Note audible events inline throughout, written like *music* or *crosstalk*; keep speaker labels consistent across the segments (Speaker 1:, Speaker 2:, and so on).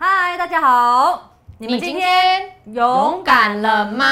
Speaker 1: 大家好，你们今天勇敢了吗？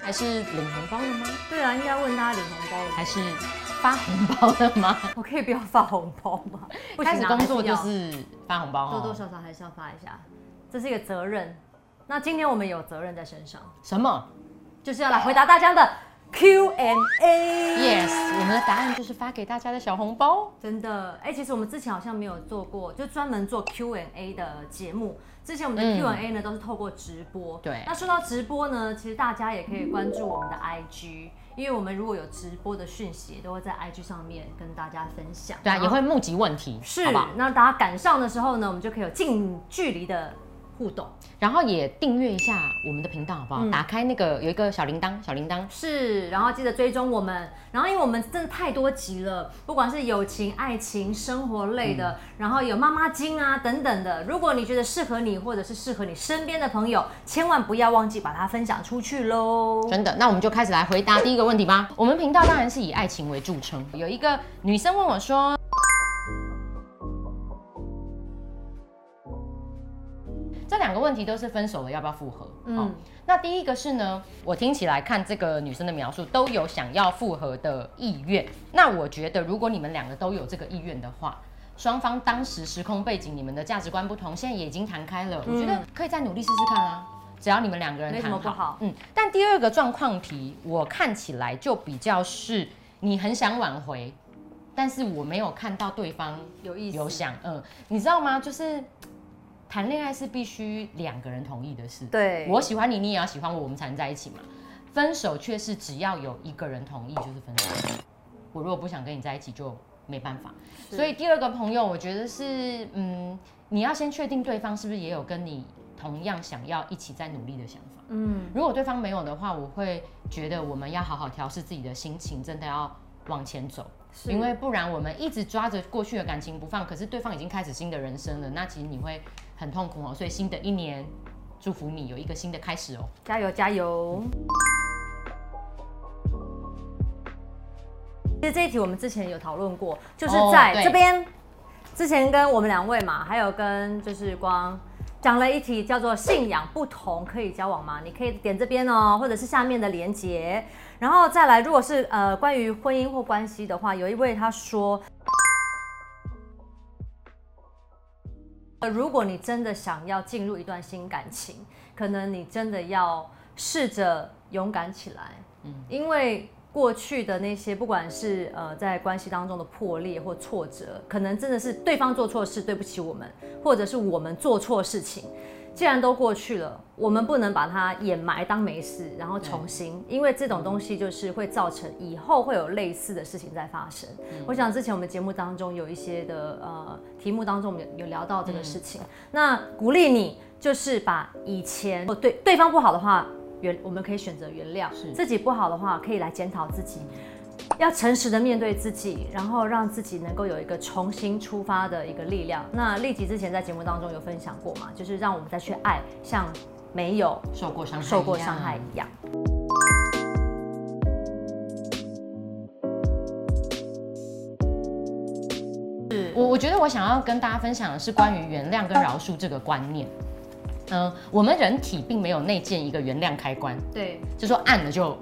Speaker 2: 还是领红包了吗？
Speaker 1: 对啊，应该问大家领红包了。
Speaker 2: 还是发红包了吗？
Speaker 1: 我可以不要发红包吗？不行啊
Speaker 2: *laughs* 开始工作就
Speaker 1: 还要
Speaker 2: 是发红包、哦，
Speaker 1: 多多少少还是要发一下，这是一个责任。那今天我们有责任在身上，
Speaker 2: 什么
Speaker 1: 就是要来回答大家的 Q&A。
Speaker 2: ？Yes，我们的答案就是发给大家的小红包。
Speaker 1: 真的，哎、其实我们之前好像没有做过，就专门做 Q&A 的节目。之前我们的
Speaker 2: 嗯
Speaker 1: Q&A 呢、都是透过直播。
Speaker 2: 对
Speaker 1: 那说到直播呢，其实大家也可以关注我们的 IG，因为我们如果有直播的讯息，也都会在 IG 上面跟大家分享。
Speaker 2: 对啊，
Speaker 1: 然
Speaker 2: 也
Speaker 1: 后
Speaker 2: 会募集问题，
Speaker 1: 是
Speaker 2: 好不好？，
Speaker 1: 那大家赶上的时候呢，我们就可以有近距离的互动。
Speaker 2: 然后也订阅一下我们的频道，好不好？
Speaker 1: 嗯
Speaker 2: 打开那个有一个小铃铛，小铃铛。
Speaker 1: 是，然后记得追踪我们。然后，因为我们真的太多集了，不管是友情、爱情、生活类
Speaker 2: 嗯
Speaker 1: 的，然后有妈妈经啊等等的。如果你觉得适合你，或者是适合你身边的朋友，千万不要忘记把它分享出去喽。
Speaker 2: 真的，那我们就开始来回答第一个问题吧。我们频道当然是以爱情为著称。有一个女生问我说：“这两个问题都是分手了，要不要复合？”
Speaker 1: 嗯
Speaker 2: 嗯、那第一个是呢，我听起来看这个女生的描述都有想要复合的意愿。那我觉得，如果你们两个都有这个意愿的话，双方当时时空背景、你们的价值观不同，现在也已经谈开了，我觉得可以再努力试试看啊。只要你们两个人
Speaker 1: 嗯没什
Speaker 2: 谈
Speaker 1: 么不好
Speaker 2: 嗯。但第二个状况题，我看起来就比较是你很想挽回，但是我没有看到对方
Speaker 1: 有意思，
Speaker 2: 有想，嗯，你知道吗？就是谈恋爱是必须两个人同意的事。
Speaker 1: 对
Speaker 2: 我喜欢你，你也要喜欢我，我们才能在一起嘛。分手却是只要有一个人同意就是分手。我如果不想跟你在一起，就没办法。
Speaker 1: 是
Speaker 2: 所以第二个朋友，我觉得是，嗯，你要先确定对方是不是也有跟你同样想要一起在努力的想法。
Speaker 1: 嗯，
Speaker 2: 如果对方没有的话，我会觉得我们要好好调试自己的心情，真的要往前走。
Speaker 1: 是
Speaker 2: 因为不然我们一直抓着过去的感情不放，可是对方已经开始新的人生了，那其实你会很痛苦哦。所以新的一年，祝福你有一个新的开始哦。
Speaker 1: 加油加油。其实这一题我们之前有讨论过，就是
Speaker 2: 哦
Speaker 1: 在
Speaker 2: 对
Speaker 1: 这边、之前跟我们两位嘛，还有跟就是光讲了一题叫做“信仰不同可以交往吗？”你可以点这边哦，或者是下面的连结，然后再来，如果是呃关于婚姻或关系的话，有一位他说。呃如果你真的想要进入一段新感情，可能你真的要试着勇敢起来，因为过去的那些，不管是呃在关系当中的破裂或挫折，可能真的是对方做错事，对不起我们，或者是我们做错事情。既然都过去了，我们不能把它掩埋当没事，然后重新，因为这种东西就是会造成以后会有类似的事情在发生。我想之前我们节目当中有一些的呃题目当中，我们有有聊到这个事情。那鼓励你就是把以前哦对对方不好的话原，我们可以选择原谅；
Speaker 2: 是
Speaker 1: 自己不好的话，可以来检讨自己。要诚实的面对自己，然后让自己能够有一个重新出发的一个力量。那立即之前在节目当中有分享过嘛，就是让我们再去爱，像没有
Speaker 2: 受过伤害，
Speaker 1: 受过伤害。一样。是
Speaker 2: 我我觉得我想要跟大家分享的是关于原谅跟饶恕这个观念。嗯、我们人体并没有内建一个原谅开关，
Speaker 1: 对
Speaker 2: 就说按了就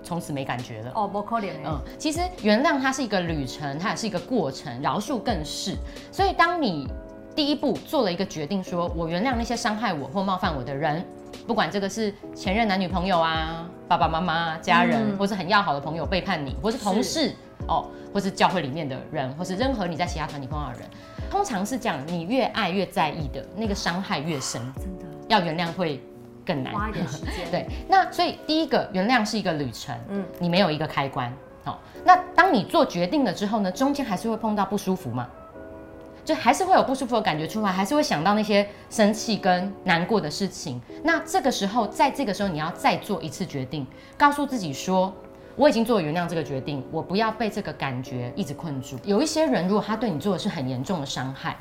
Speaker 2: 从此没感觉了。
Speaker 1: 哦，不可怜欸
Speaker 2: 嗯，其实原谅它是一个旅程，它也是一个过程，饶恕更是。所以当你第一步做了一个决定说，我原谅那些伤害我或冒犯我的人，不管这个是前任男女朋友啊、爸爸妈妈啊、家人，
Speaker 1: 嗯
Speaker 2: 或是很要好的朋友背叛你，或是同事哦，或是教会里面的人，或是任何你在其他团体碰到的人，通常是讲你越爱越在意的那个伤害越深，
Speaker 1: 真的
Speaker 2: 要原谅会更难。
Speaker 1: 花一点时 *laughs* 间。
Speaker 2: 对，那所以第一个原谅是一个旅程，
Speaker 1: 嗯
Speaker 2: 嗯，你没有一个开关，好、那当你做决定了之后呢，中间还是会碰到不舒服嘛，就还是会有不舒服的感觉出来，还是会想到那些生气跟难过的事情。那这个时候，在这个时候你要再做一次决定，告诉自己说。我已经做了原谅这个决定，我不要被这个感觉一直困住。有一些人，如果他对你做的是很严重的伤害，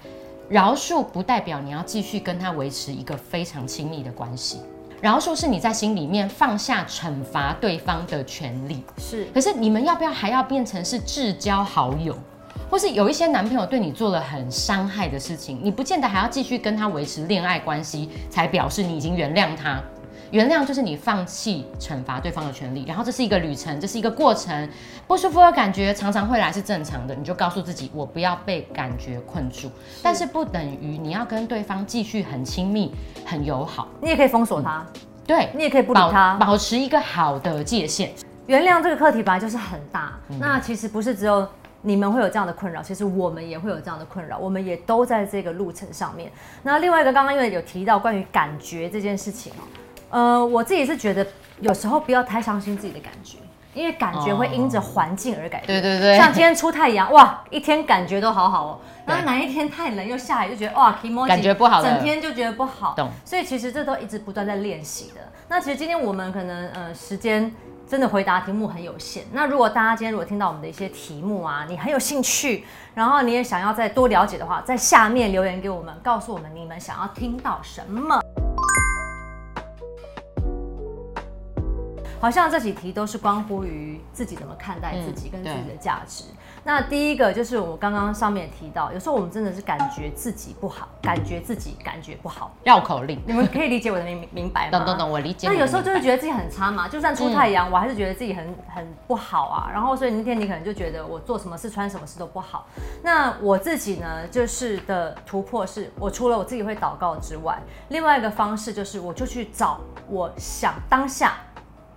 Speaker 2: 饶恕不代表你要继续跟他维持一个非常亲密的关系。饶恕是你在心里面放下惩罚对方的权利。
Speaker 1: 是
Speaker 2: 可是你们要不要还要变成是至交好友，或是有一些男朋友对你做了很伤害的事情，你不见得还要继续跟他维持恋爱关系，才表示你已经原谅他。原谅就是你放弃惩罚对方的权利，然后这是一个旅程，这是一个过程，不舒服的感觉常常会来是正常的，你就告诉自己我不要被感觉困住，但是不等于你要跟对方继续很亲密、很友好，
Speaker 1: 你也可以封锁他，
Speaker 2: 对，
Speaker 1: 你也可以不理他。
Speaker 2: 保持一个好的界限。
Speaker 1: 原谅这个课题本来就是很大，
Speaker 2: 嗯
Speaker 1: 那其实不是只有你们会有这样的困扰，其实我们也会有这样的困扰，我们也都在这个路程上面。那另外一个，刚刚因为有提到关于感觉这件事情哦，呃，我自己是觉得有时候不要太相信自己的感觉，因为感觉会因着环境而改变。
Speaker 2: 对对对，
Speaker 1: 像今天出太阳，哇，一天感觉都好好哦。
Speaker 2: 对
Speaker 1: 然后哪一天太冷又下雨，就觉得哇 k i m o
Speaker 2: 感觉不好了
Speaker 1: 整天就觉得不好。
Speaker 2: 懂
Speaker 1: 所以其实这都一直不断在练习的。那其实今天我们可能呃时间。真的回答题目很有限。那如果大家今天如果听到我们的一些题目啊，你很有兴趣，然后你也想要再多了解的话，在下面留言给我们，告诉我们你们想要听到什么。好像这几题都是关乎于自己怎么看待自己
Speaker 2: 嗯
Speaker 1: 跟自己
Speaker 2: 对
Speaker 1: 的的价值。那第一个就是我刚刚上面也提到，有时候我们真的是感觉自己不好，感觉自己感觉不好。
Speaker 2: 绕口令。
Speaker 1: 你们可以理解我的明明白吗？
Speaker 2: 懂懂懂，我理解
Speaker 1: 那
Speaker 2: 你
Speaker 1: 有
Speaker 2: 的嗯意思。
Speaker 1: 时候就会觉得自己很差嘛，就算出太阳，我还是觉得自己很很不好啊。然后所以那天你可能就觉得我做什么事、穿什么事都不好。那我自己呢，就是的突破是，我除了我自己会祷告之外，另外一个方式就是，我就去找我想当下，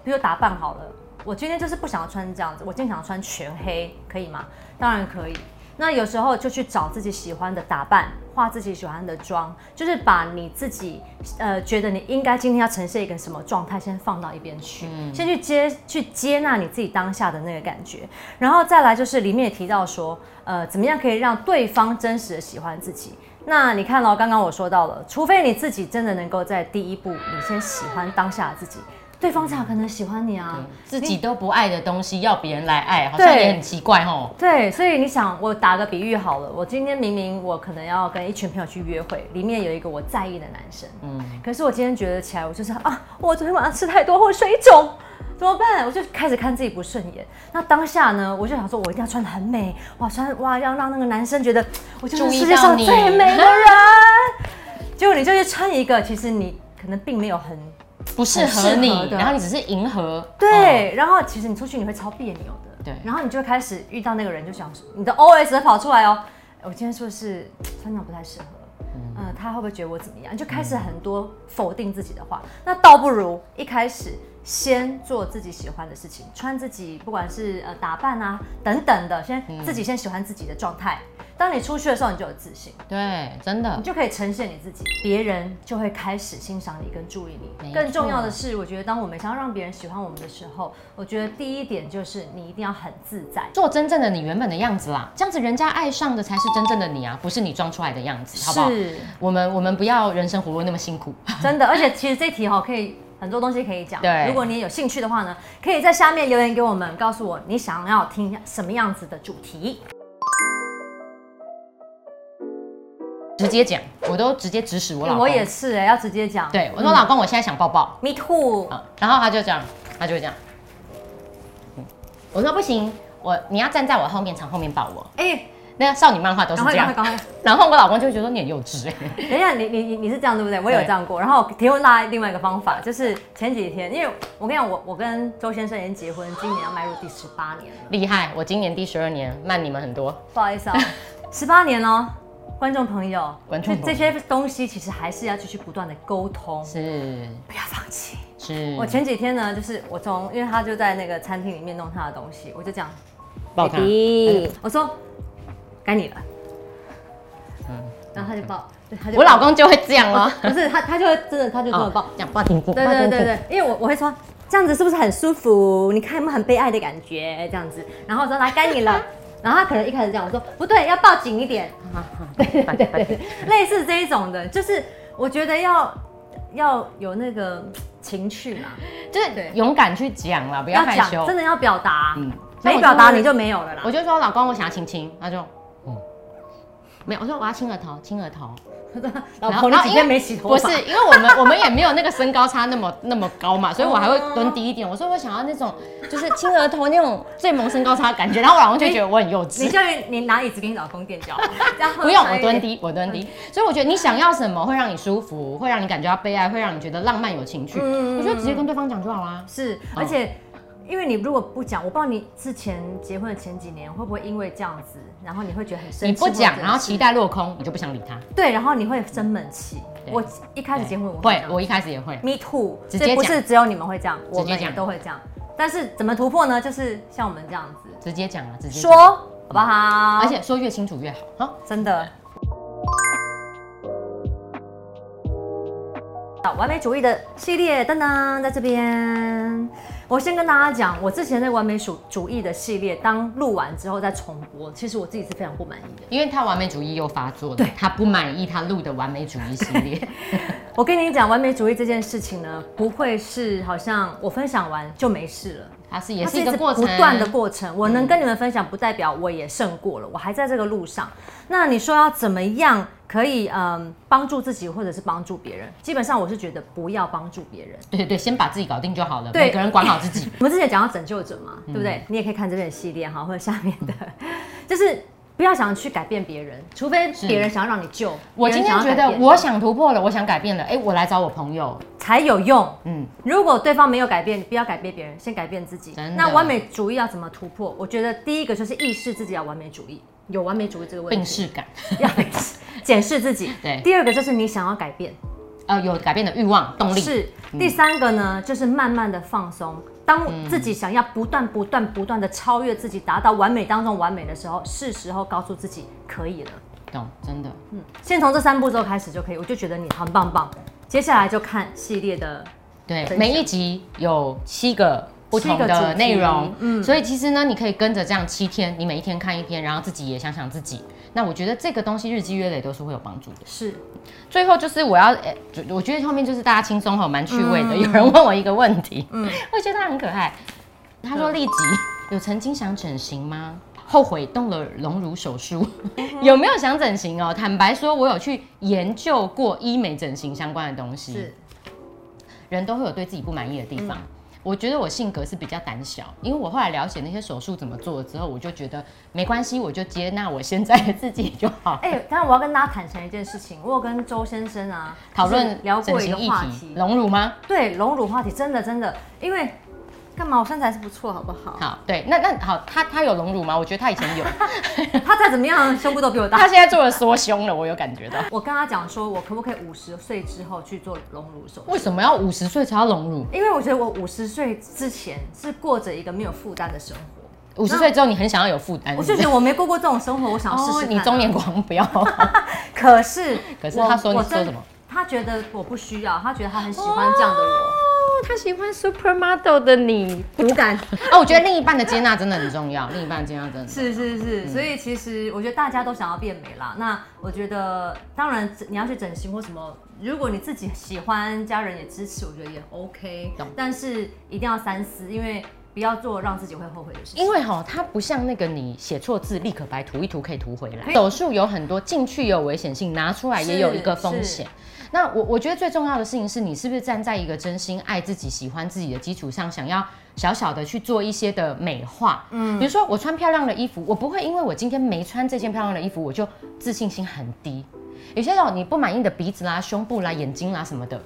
Speaker 1: 比如打扮好了，我今天就是不想要穿这样子，我今天想要穿全黑，可以吗？当然可以。那有时候就去找自己喜欢的打扮，化自己喜欢的妆，就是把你自己呃觉得你应该今天要呈现一个什么状态，先放到一边去，先去接去接纳你自己当下的那个感觉，然后再来就是里面也提到说，呃，怎么样可以让对方真实的喜欢自己。那你看咯，刚刚我说到了，除非你自己真的能够在第一步，你先喜欢当下的自己，对方才有可能喜欢你啊。
Speaker 2: 自己都不爱的东西，要别人来爱，好像
Speaker 1: 对
Speaker 2: 也很奇怪哦。
Speaker 1: 对，所以你想，我打个比喻好了，我今天明明我可能要跟一群朋友去约会，里面有一个我在意的男生，嗯，可是我今天觉得起来，我就是啊，我昨天晚上吃太多或水肿。怎么办？我就开始看自己不顺眼。那当下呢，我就想说，我一定要穿的很美，哇，穿哇，要让那个男生觉得我就是
Speaker 2: 注意
Speaker 1: 世界
Speaker 2: 到
Speaker 1: 上
Speaker 2: 你
Speaker 1: 最美的人。结果你就去穿一个，其实你可能并没有很
Speaker 2: 不适合
Speaker 1: 很适合
Speaker 2: 你，
Speaker 1: 的
Speaker 2: 然后你只是迎合。嗯
Speaker 1: 对，然后其实你出去你会超别扭的，
Speaker 2: 对
Speaker 1: 然后你就开始遇到那个人，就想说你的 OS 跑出来哦，哎我今天是不是穿上不太适合？嗯、他会不会觉得我怎么样？你就开始很多否定自己的话，那倒不如一开始先做自己喜欢的事情，穿自己不管是呃打扮啊等等的，先
Speaker 2: 嗯
Speaker 1: 自己先喜欢自己的状态。当你出去的时候，你就有自信，
Speaker 2: 对，真的
Speaker 1: 你就可以呈现你自己，别人就会开始欣赏你跟注意
Speaker 2: 没
Speaker 1: 你。
Speaker 2: 错
Speaker 1: 更重要的是，我觉得当我们想要让别人喜欢我们的时候，我觉得第一点就是你一定要很自在。
Speaker 2: 做真正的你原本的样子啦，这样子人家爱上的才是真正的你啊，不是你装出来的样子，好不好？
Speaker 1: 是
Speaker 2: 我们我们不要人生活路那么辛苦。 *laughs*
Speaker 1: 真的，而且其实这题哈、可以很多东西可以讲。
Speaker 2: 对
Speaker 1: 如果你有兴趣的话呢，可以在下面留言给我们，告诉我你想要听什么样子的主题。
Speaker 2: 直接讲，我都直接指使我老公。
Speaker 1: 我也是哎、要直接讲。嗯
Speaker 2: 对，我说老公，我现在想抱抱。
Speaker 1: Me too。
Speaker 2: 啊，然后他就这样，他就会这样。嗯我说不行，我你要站在我后面，从后面抱我。
Speaker 1: 哎、
Speaker 2: 那个少女漫画都是
Speaker 1: 赶快
Speaker 2: 这
Speaker 1: 赶快赶
Speaker 2: 样。
Speaker 1: 快！
Speaker 2: 然后我老公就会觉得你很幼稚、 *laughs*
Speaker 1: *laughs* 等一下，你你你你是这样对不对？我也有
Speaker 2: 对
Speaker 1: 这样过。然后我提供大家另外一个方法，就是前几天，因为我跟你讲，我我跟周先生已经结婚，今年要迈入第十八年了。
Speaker 2: 厉害！我今年第十二年，慢你们很多。
Speaker 1: 不好意
Speaker 2: *laughs*
Speaker 1: 思啊、十八年哦，观众朋友，
Speaker 2: 观众
Speaker 1: 这
Speaker 2: 朋
Speaker 1: 这
Speaker 2: 友
Speaker 1: 些东西其实还是要继续不断的沟通，
Speaker 2: 是
Speaker 1: 不要放弃。
Speaker 2: 是，
Speaker 1: 我前几天呢，就是我从，因为他就在那个餐厅里面弄他的东西，我就讲
Speaker 2: 抱他，哎
Speaker 1: ，baby，我说该你了，然后他就抱，对他就
Speaker 2: 嗯我老公就会这样
Speaker 1: *laughs*
Speaker 2: 哦。
Speaker 1: 不是他，他就会真的他就这么抱
Speaker 2: 哦，，这样抱停住。
Speaker 1: 对
Speaker 2: 抱
Speaker 1: 对
Speaker 2: 停住
Speaker 1: 对对，因为我我会说这样子是不是很舒服？你看有没有很被爱的感觉？这样子，然后我说来该你了，然后他可能一开始这样，我说不对，要抱紧一点， *laughs* 对对对对，类似这一种的，就是我觉得要要有那个情趣嘛，
Speaker 2: 就是
Speaker 1: 对
Speaker 2: 勇敢去讲啦，不要害羞。
Speaker 1: 真的要表达，
Speaker 2: 嗯
Speaker 1: 没表达你就没有了啦
Speaker 2: 我。就说老公，我想要亲亲，他就嗯，没有。我说我要亲额头，亲额头，
Speaker 1: 老
Speaker 2: 然
Speaker 1: 婆
Speaker 2: 后
Speaker 1: 你
Speaker 2: 然
Speaker 1: 几
Speaker 2: 后因
Speaker 1: 天
Speaker 2: 为
Speaker 1: 没洗头
Speaker 2: 不
Speaker 1: 发哦
Speaker 2: 是，因为我们 *laughs* 我们也没有那个身高差那么那么高嘛，所以我还会蹲低一点。我说我想要那种就是亲额头那种最萌身高差的感觉，然后我老公就觉得我很幼
Speaker 1: 你
Speaker 2: 稚。
Speaker 1: 叫你你拿椅子给你老公垫脚，这样会
Speaker 2: 不用，
Speaker 1: 差
Speaker 2: 我
Speaker 1: 一点。
Speaker 2: 蹲低，我蹲低。
Speaker 1: 嗯
Speaker 2: 所以我觉得你想要什么会让你舒服，会让你感觉到被爱，会让你觉得浪漫有情趣。
Speaker 1: 嗯
Speaker 2: 我觉得直接跟对方讲就好啊啦。
Speaker 1: 是，而且因为你如果不讲，我不知道你之前结婚的前几年会不会因为这样子，然后你会觉得很生气，
Speaker 2: 你不
Speaker 1: 或
Speaker 2: 讲，
Speaker 1: 者
Speaker 2: 然后
Speaker 1: 是
Speaker 2: 期待落空，你就不想理他。
Speaker 1: 对，然后你会生闷气。
Speaker 2: 对
Speaker 1: 我一开始结婚我
Speaker 2: 会
Speaker 1: 这，样
Speaker 2: 我一开始也会。
Speaker 1: me too，
Speaker 2: 直
Speaker 1: 这
Speaker 2: 接
Speaker 1: 不
Speaker 2: 讲
Speaker 1: 是只有你们会这样，我
Speaker 2: 直接
Speaker 1: 们也
Speaker 2: 讲
Speaker 1: 都会这样。但是怎么突破呢？就是像我们这样子
Speaker 2: 直接讲啊，直接
Speaker 1: 说，
Speaker 2: 讲，
Speaker 1: 好不好？
Speaker 2: 而且说越清楚越好啊。
Speaker 1: 真的。好完美主义的系列，噔噔，在这边。我先跟大家讲，我之前那完美主主义的系列，当录完之后再重播，其实我自己是非常不满意的。
Speaker 2: 因为他完美主义又发作了，
Speaker 1: 对
Speaker 2: 他不满意他录的完美主义系
Speaker 1: *laughs*
Speaker 2: 列，
Speaker 1: 我跟你讲，完美主义这件事情呢，不会是好像我分享完就没事了。
Speaker 2: 他是也
Speaker 1: 它
Speaker 2: 是一
Speaker 1: 直
Speaker 2: 个过程，
Speaker 1: 不断的过程。我能跟你们分享，不代表我也胜过了，我还在这个路上。那你说要怎么样可以嗯帮助自己，或者是帮助别人？基本上我是觉得不要帮助别人。
Speaker 2: 对对对，先把自己搞定就好了，
Speaker 1: 对。
Speaker 2: 每个人管好自己 *coughs*
Speaker 1: 我们之前讲到拯救者嘛，对不
Speaker 2: 嗯
Speaker 1: 对？你也可以看这边的系列哈，或者下面的， *laughs* 就是不要想去改变别人，除非
Speaker 2: 是
Speaker 1: 别人想要让你救。
Speaker 2: 我
Speaker 1: 别人
Speaker 2: 今天
Speaker 1: 想要
Speaker 2: 觉
Speaker 1: 改
Speaker 2: 得
Speaker 1: 变
Speaker 2: 我想突破了，我想改变了，哎，我来找我朋友，
Speaker 1: 才有用。
Speaker 2: 嗯，
Speaker 1: 如果对方没有改变，你不要改变别人，先改变自己
Speaker 2: 真的。
Speaker 1: 那完美主义要怎么突破？我觉得第一个就是意识自己要完美主义，有完美主义这个问
Speaker 2: 病
Speaker 1: 题，
Speaker 2: 视感，
Speaker 1: *laughs* 要检视自己。
Speaker 2: *laughs* 对
Speaker 1: 第二个就是你想要改变，
Speaker 2: 呃，有改变的欲望、动力，嗯
Speaker 1: 是。第三个呢，就是慢慢的放松。当自己想要不断、不断、不断的超越自己，达到完美当中完美的时候，是时候告诉自己可以了。
Speaker 2: 懂，真的。
Speaker 1: 嗯，先从这三步骤开始就可以，我就觉得你很棒棒。接下来就看系列的
Speaker 2: 对
Speaker 1: 分，享
Speaker 2: 每一集有七个不同
Speaker 1: 七个主
Speaker 2: 的
Speaker 1: 题
Speaker 2: 内容，
Speaker 1: 嗯
Speaker 2: 嗯，所以其实呢，你可以跟着这样七天，你每一天看一篇，然后自己也想想自己。那我觉得这个东西日积月累都是会有帮助的。
Speaker 1: 是
Speaker 2: 最后就是我要，诶就我觉得后面就是大家轻松哈，蛮趣味
Speaker 1: 嗯
Speaker 2: 的。有人问我一个问题，嗯， *laughs* 我觉得他很可爱。他说：“立即有曾经想整形吗？后悔动了隆乳手术，
Speaker 1: 嗯
Speaker 2: 有没有想整形哦？坦白说，我有去研究过医美整形相关的东西。
Speaker 1: 是，嗯
Speaker 2: 人都会有对自己不满意的地方。我觉得我性格是比较胆小，因为我后来了解那些手术怎么做之后，我就觉得没关系，我就接纳我现在的自己就好。
Speaker 1: 哎、但我要跟大家坦诚一件事情，我有跟周先生啊
Speaker 2: 讨
Speaker 1: 就是
Speaker 2: 论
Speaker 1: 聊
Speaker 2: 整
Speaker 1: 过一
Speaker 2: 形
Speaker 1: 个
Speaker 2: 议
Speaker 1: 话
Speaker 2: 题，
Speaker 1: 题，
Speaker 2: 隆乳吗？
Speaker 1: 对隆乳话题，真的真的，因为干嘛我身材是不错，好不好？
Speaker 2: *laughs* 好，对，那那好，他他有隆乳吗？我觉得他以 *laughs* 前有，
Speaker 1: 他再怎么样，胸部都比我
Speaker 2: 他
Speaker 1: 大。
Speaker 2: 现在做了缩胸了，我有感觉到。
Speaker 1: 我跟他讲说，我可不可以五十岁之后去做隆乳手术？
Speaker 2: 为什么要五十岁才要隆乳？
Speaker 1: 因为我觉得我五十岁之前是过着一个没有负担的生活，
Speaker 2: 五十岁之后你很想要有负担，
Speaker 1: 我就觉
Speaker 2: 是
Speaker 1: 得我没过过这种生活，我想
Speaker 2: 不
Speaker 1: 要
Speaker 2: 是
Speaker 1: 试试、啊
Speaker 2: 哦，你中年，狂 *laughs* 不要，啊
Speaker 1: 可是
Speaker 2: 可是
Speaker 1: 我
Speaker 2: 他说你
Speaker 1: 我
Speaker 2: 说
Speaker 1: 真
Speaker 2: 什么？
Speaker 1: 他觉得我不需要，他觉得他很喜欢这样的我，
Speaker 2: 他喜欢 supermodel 的你
Speaker 1: 骨感。
Speaker 2: 啊，我觉得另一半的接纳真的很重要，另一半的接纳真的很重要
Speaker 1: 是是
Speaker 2: 嗯
Speaker 1: 是，所以其实我觉得大家都想要变美啦。那我觉得，当然你要去整形或什么，如果你自己喜欢，家人也支持，我觉得也 OK
Speaker 2: 懂。
Speaker 1: 但是一定要三思，因为不要做让自己会后悔的事情。
Speaker 2: 因为哈、它不像那个你写错字立可白涂一涂可以涂回来
Speaker 1: 可，以
Speaker 2: 手术有很多进去也有危险性，拿出来也有一个风险。那我我觉得最重要的事情是你是不是站在一个真心爱自己、喜欢自己的基础上，想要小小的去做一些的美化。嗯，比如说我穿漂亮的衣服，我不会因为我今天没穿这件漂亮的衣服，我就自信心很低。有些时候你不满意你的鼻子啦、胸部啦、眼睛啦什么的，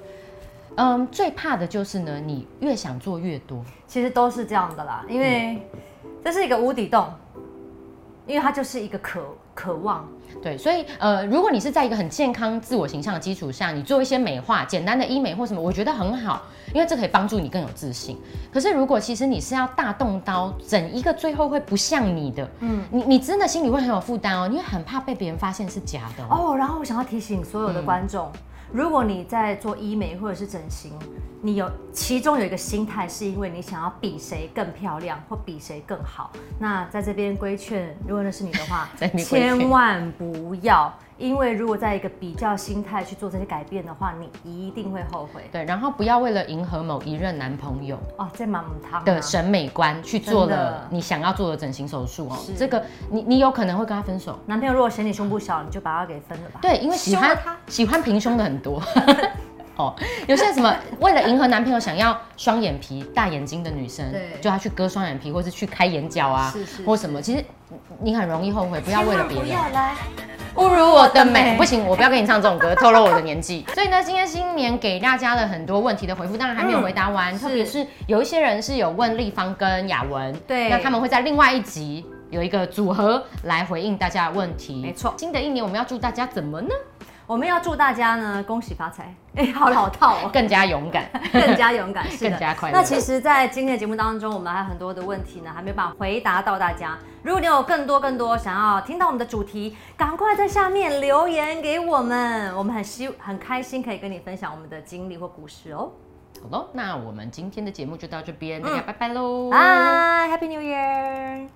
Speaker 2: 嗯，最怕的就是呢，你越想做越多。
Speaker 1: 其实都是这样的啦，因
Speaker 2: 嗯
Speaker 1: 为这是一个无底洞，因为它就是一个渴渴望。
Speaker 2: 对，所以呃，如果你是在一个很健康自我形象的基础上，你做一些美化、简单的医美或什么，我觉得很好，因为这可以帮助你更有自信。可是如果其实你是要大动刀，整一个最后会不像你的，嗯，你你真的心里会很有负担哦，你会很怕被别人发现是假的哦。
Speaker 1: 哦，然后我想要提醒所有的
Speaker 2: 嗯
Speaker 1: 观众，如果你在做医美或者是整形，你有其中有一个心态是因为你想要比谁更漂亮或比谁更
Speaker 2: *laughs*
Speaker 1: 好，那在这边规劝，如果那是你的话
Speaker 2: 在这，边规劝
Speaker 1: 千万不要。因为如果在一个比较心态去做这些改变的话，你一定会后悔
Speaker 2: 对，然后不要为了迎合某一任男朋友
Speaker 1: 哦。这满母汤啊
Speaker 2: 的审美观去做
Speaker 1: 真
Speaker 2: 了
Speaker 1: 的
Speaker 2: 你想要做的整形手术哦
Speaker 1: 是，
Speaker 2: 这个你你有可能会跟他分手。
Speaker 1: 男朋友如果嫌你胸部小，你就把他给分了吧。
Speaker 2: 对，因为喜
Speaker 1: 凶
Speaker 2: 欢
Speaker 1: 了他
Speaker 2: 喜欢平胸的很
Speaker 1: *laughs*
Speaker 2: 多。哦，有些什么为了迎合男朋友想要双眼皮、大眼睛的女生
Speaker 1: 对，
Speaker 2: 就要去割双眼皮，或是去开眼角啊，
Speaker 1: 是是
Speaker 2: 或什么。其实你很容易后悔，不
Speaker 1: 不
Speaker 2: 要为了别
Speaker 1: 不
Speaker 2: 人
Speaker 1: 要来
Speaker 2: 侮辱我的美
Speaker 1: 美。
Speaker 2: 不行，我不要跟你唱这种歌，透露我的年纪。所以呢，今天新年给大家了很多问题的回复，当然还没有回答完，
Speaker 1: 嗯
Speaker 2: 特别是有一些人是有问立方跟雅文，
Speaker 1: 对
Speaker 2: 那他们会在另外一集。有一个组合来回应大家的问题，
Speaker 1: 没错
Speaker 2: 新的一年我们要祝大家怎么呢？
Speaker 1: 我们要祝大家呢恭喜发财，哎、好老套哦。
Speaker 2: 更加勇敢。
Speaker 1: 更加勇敢，是的
Speaker 2: 更加快乐
Speaker 1: 那其实，在今天的节目当中，我们还有很多的问题呢，还没有办法回答到大家。如果你有更多更多想要听到我们的主题，赶快在下面留言给我们，我们很希很开心可以跟你分享我们的经历或故事哦。
Speaker 2: 好喽，那我们今天的节目就到这边，
Speaker 1: 嗯
Speaker 2: 大家拜拜喽，
Speaker 1: 拜、h a p p y New Year！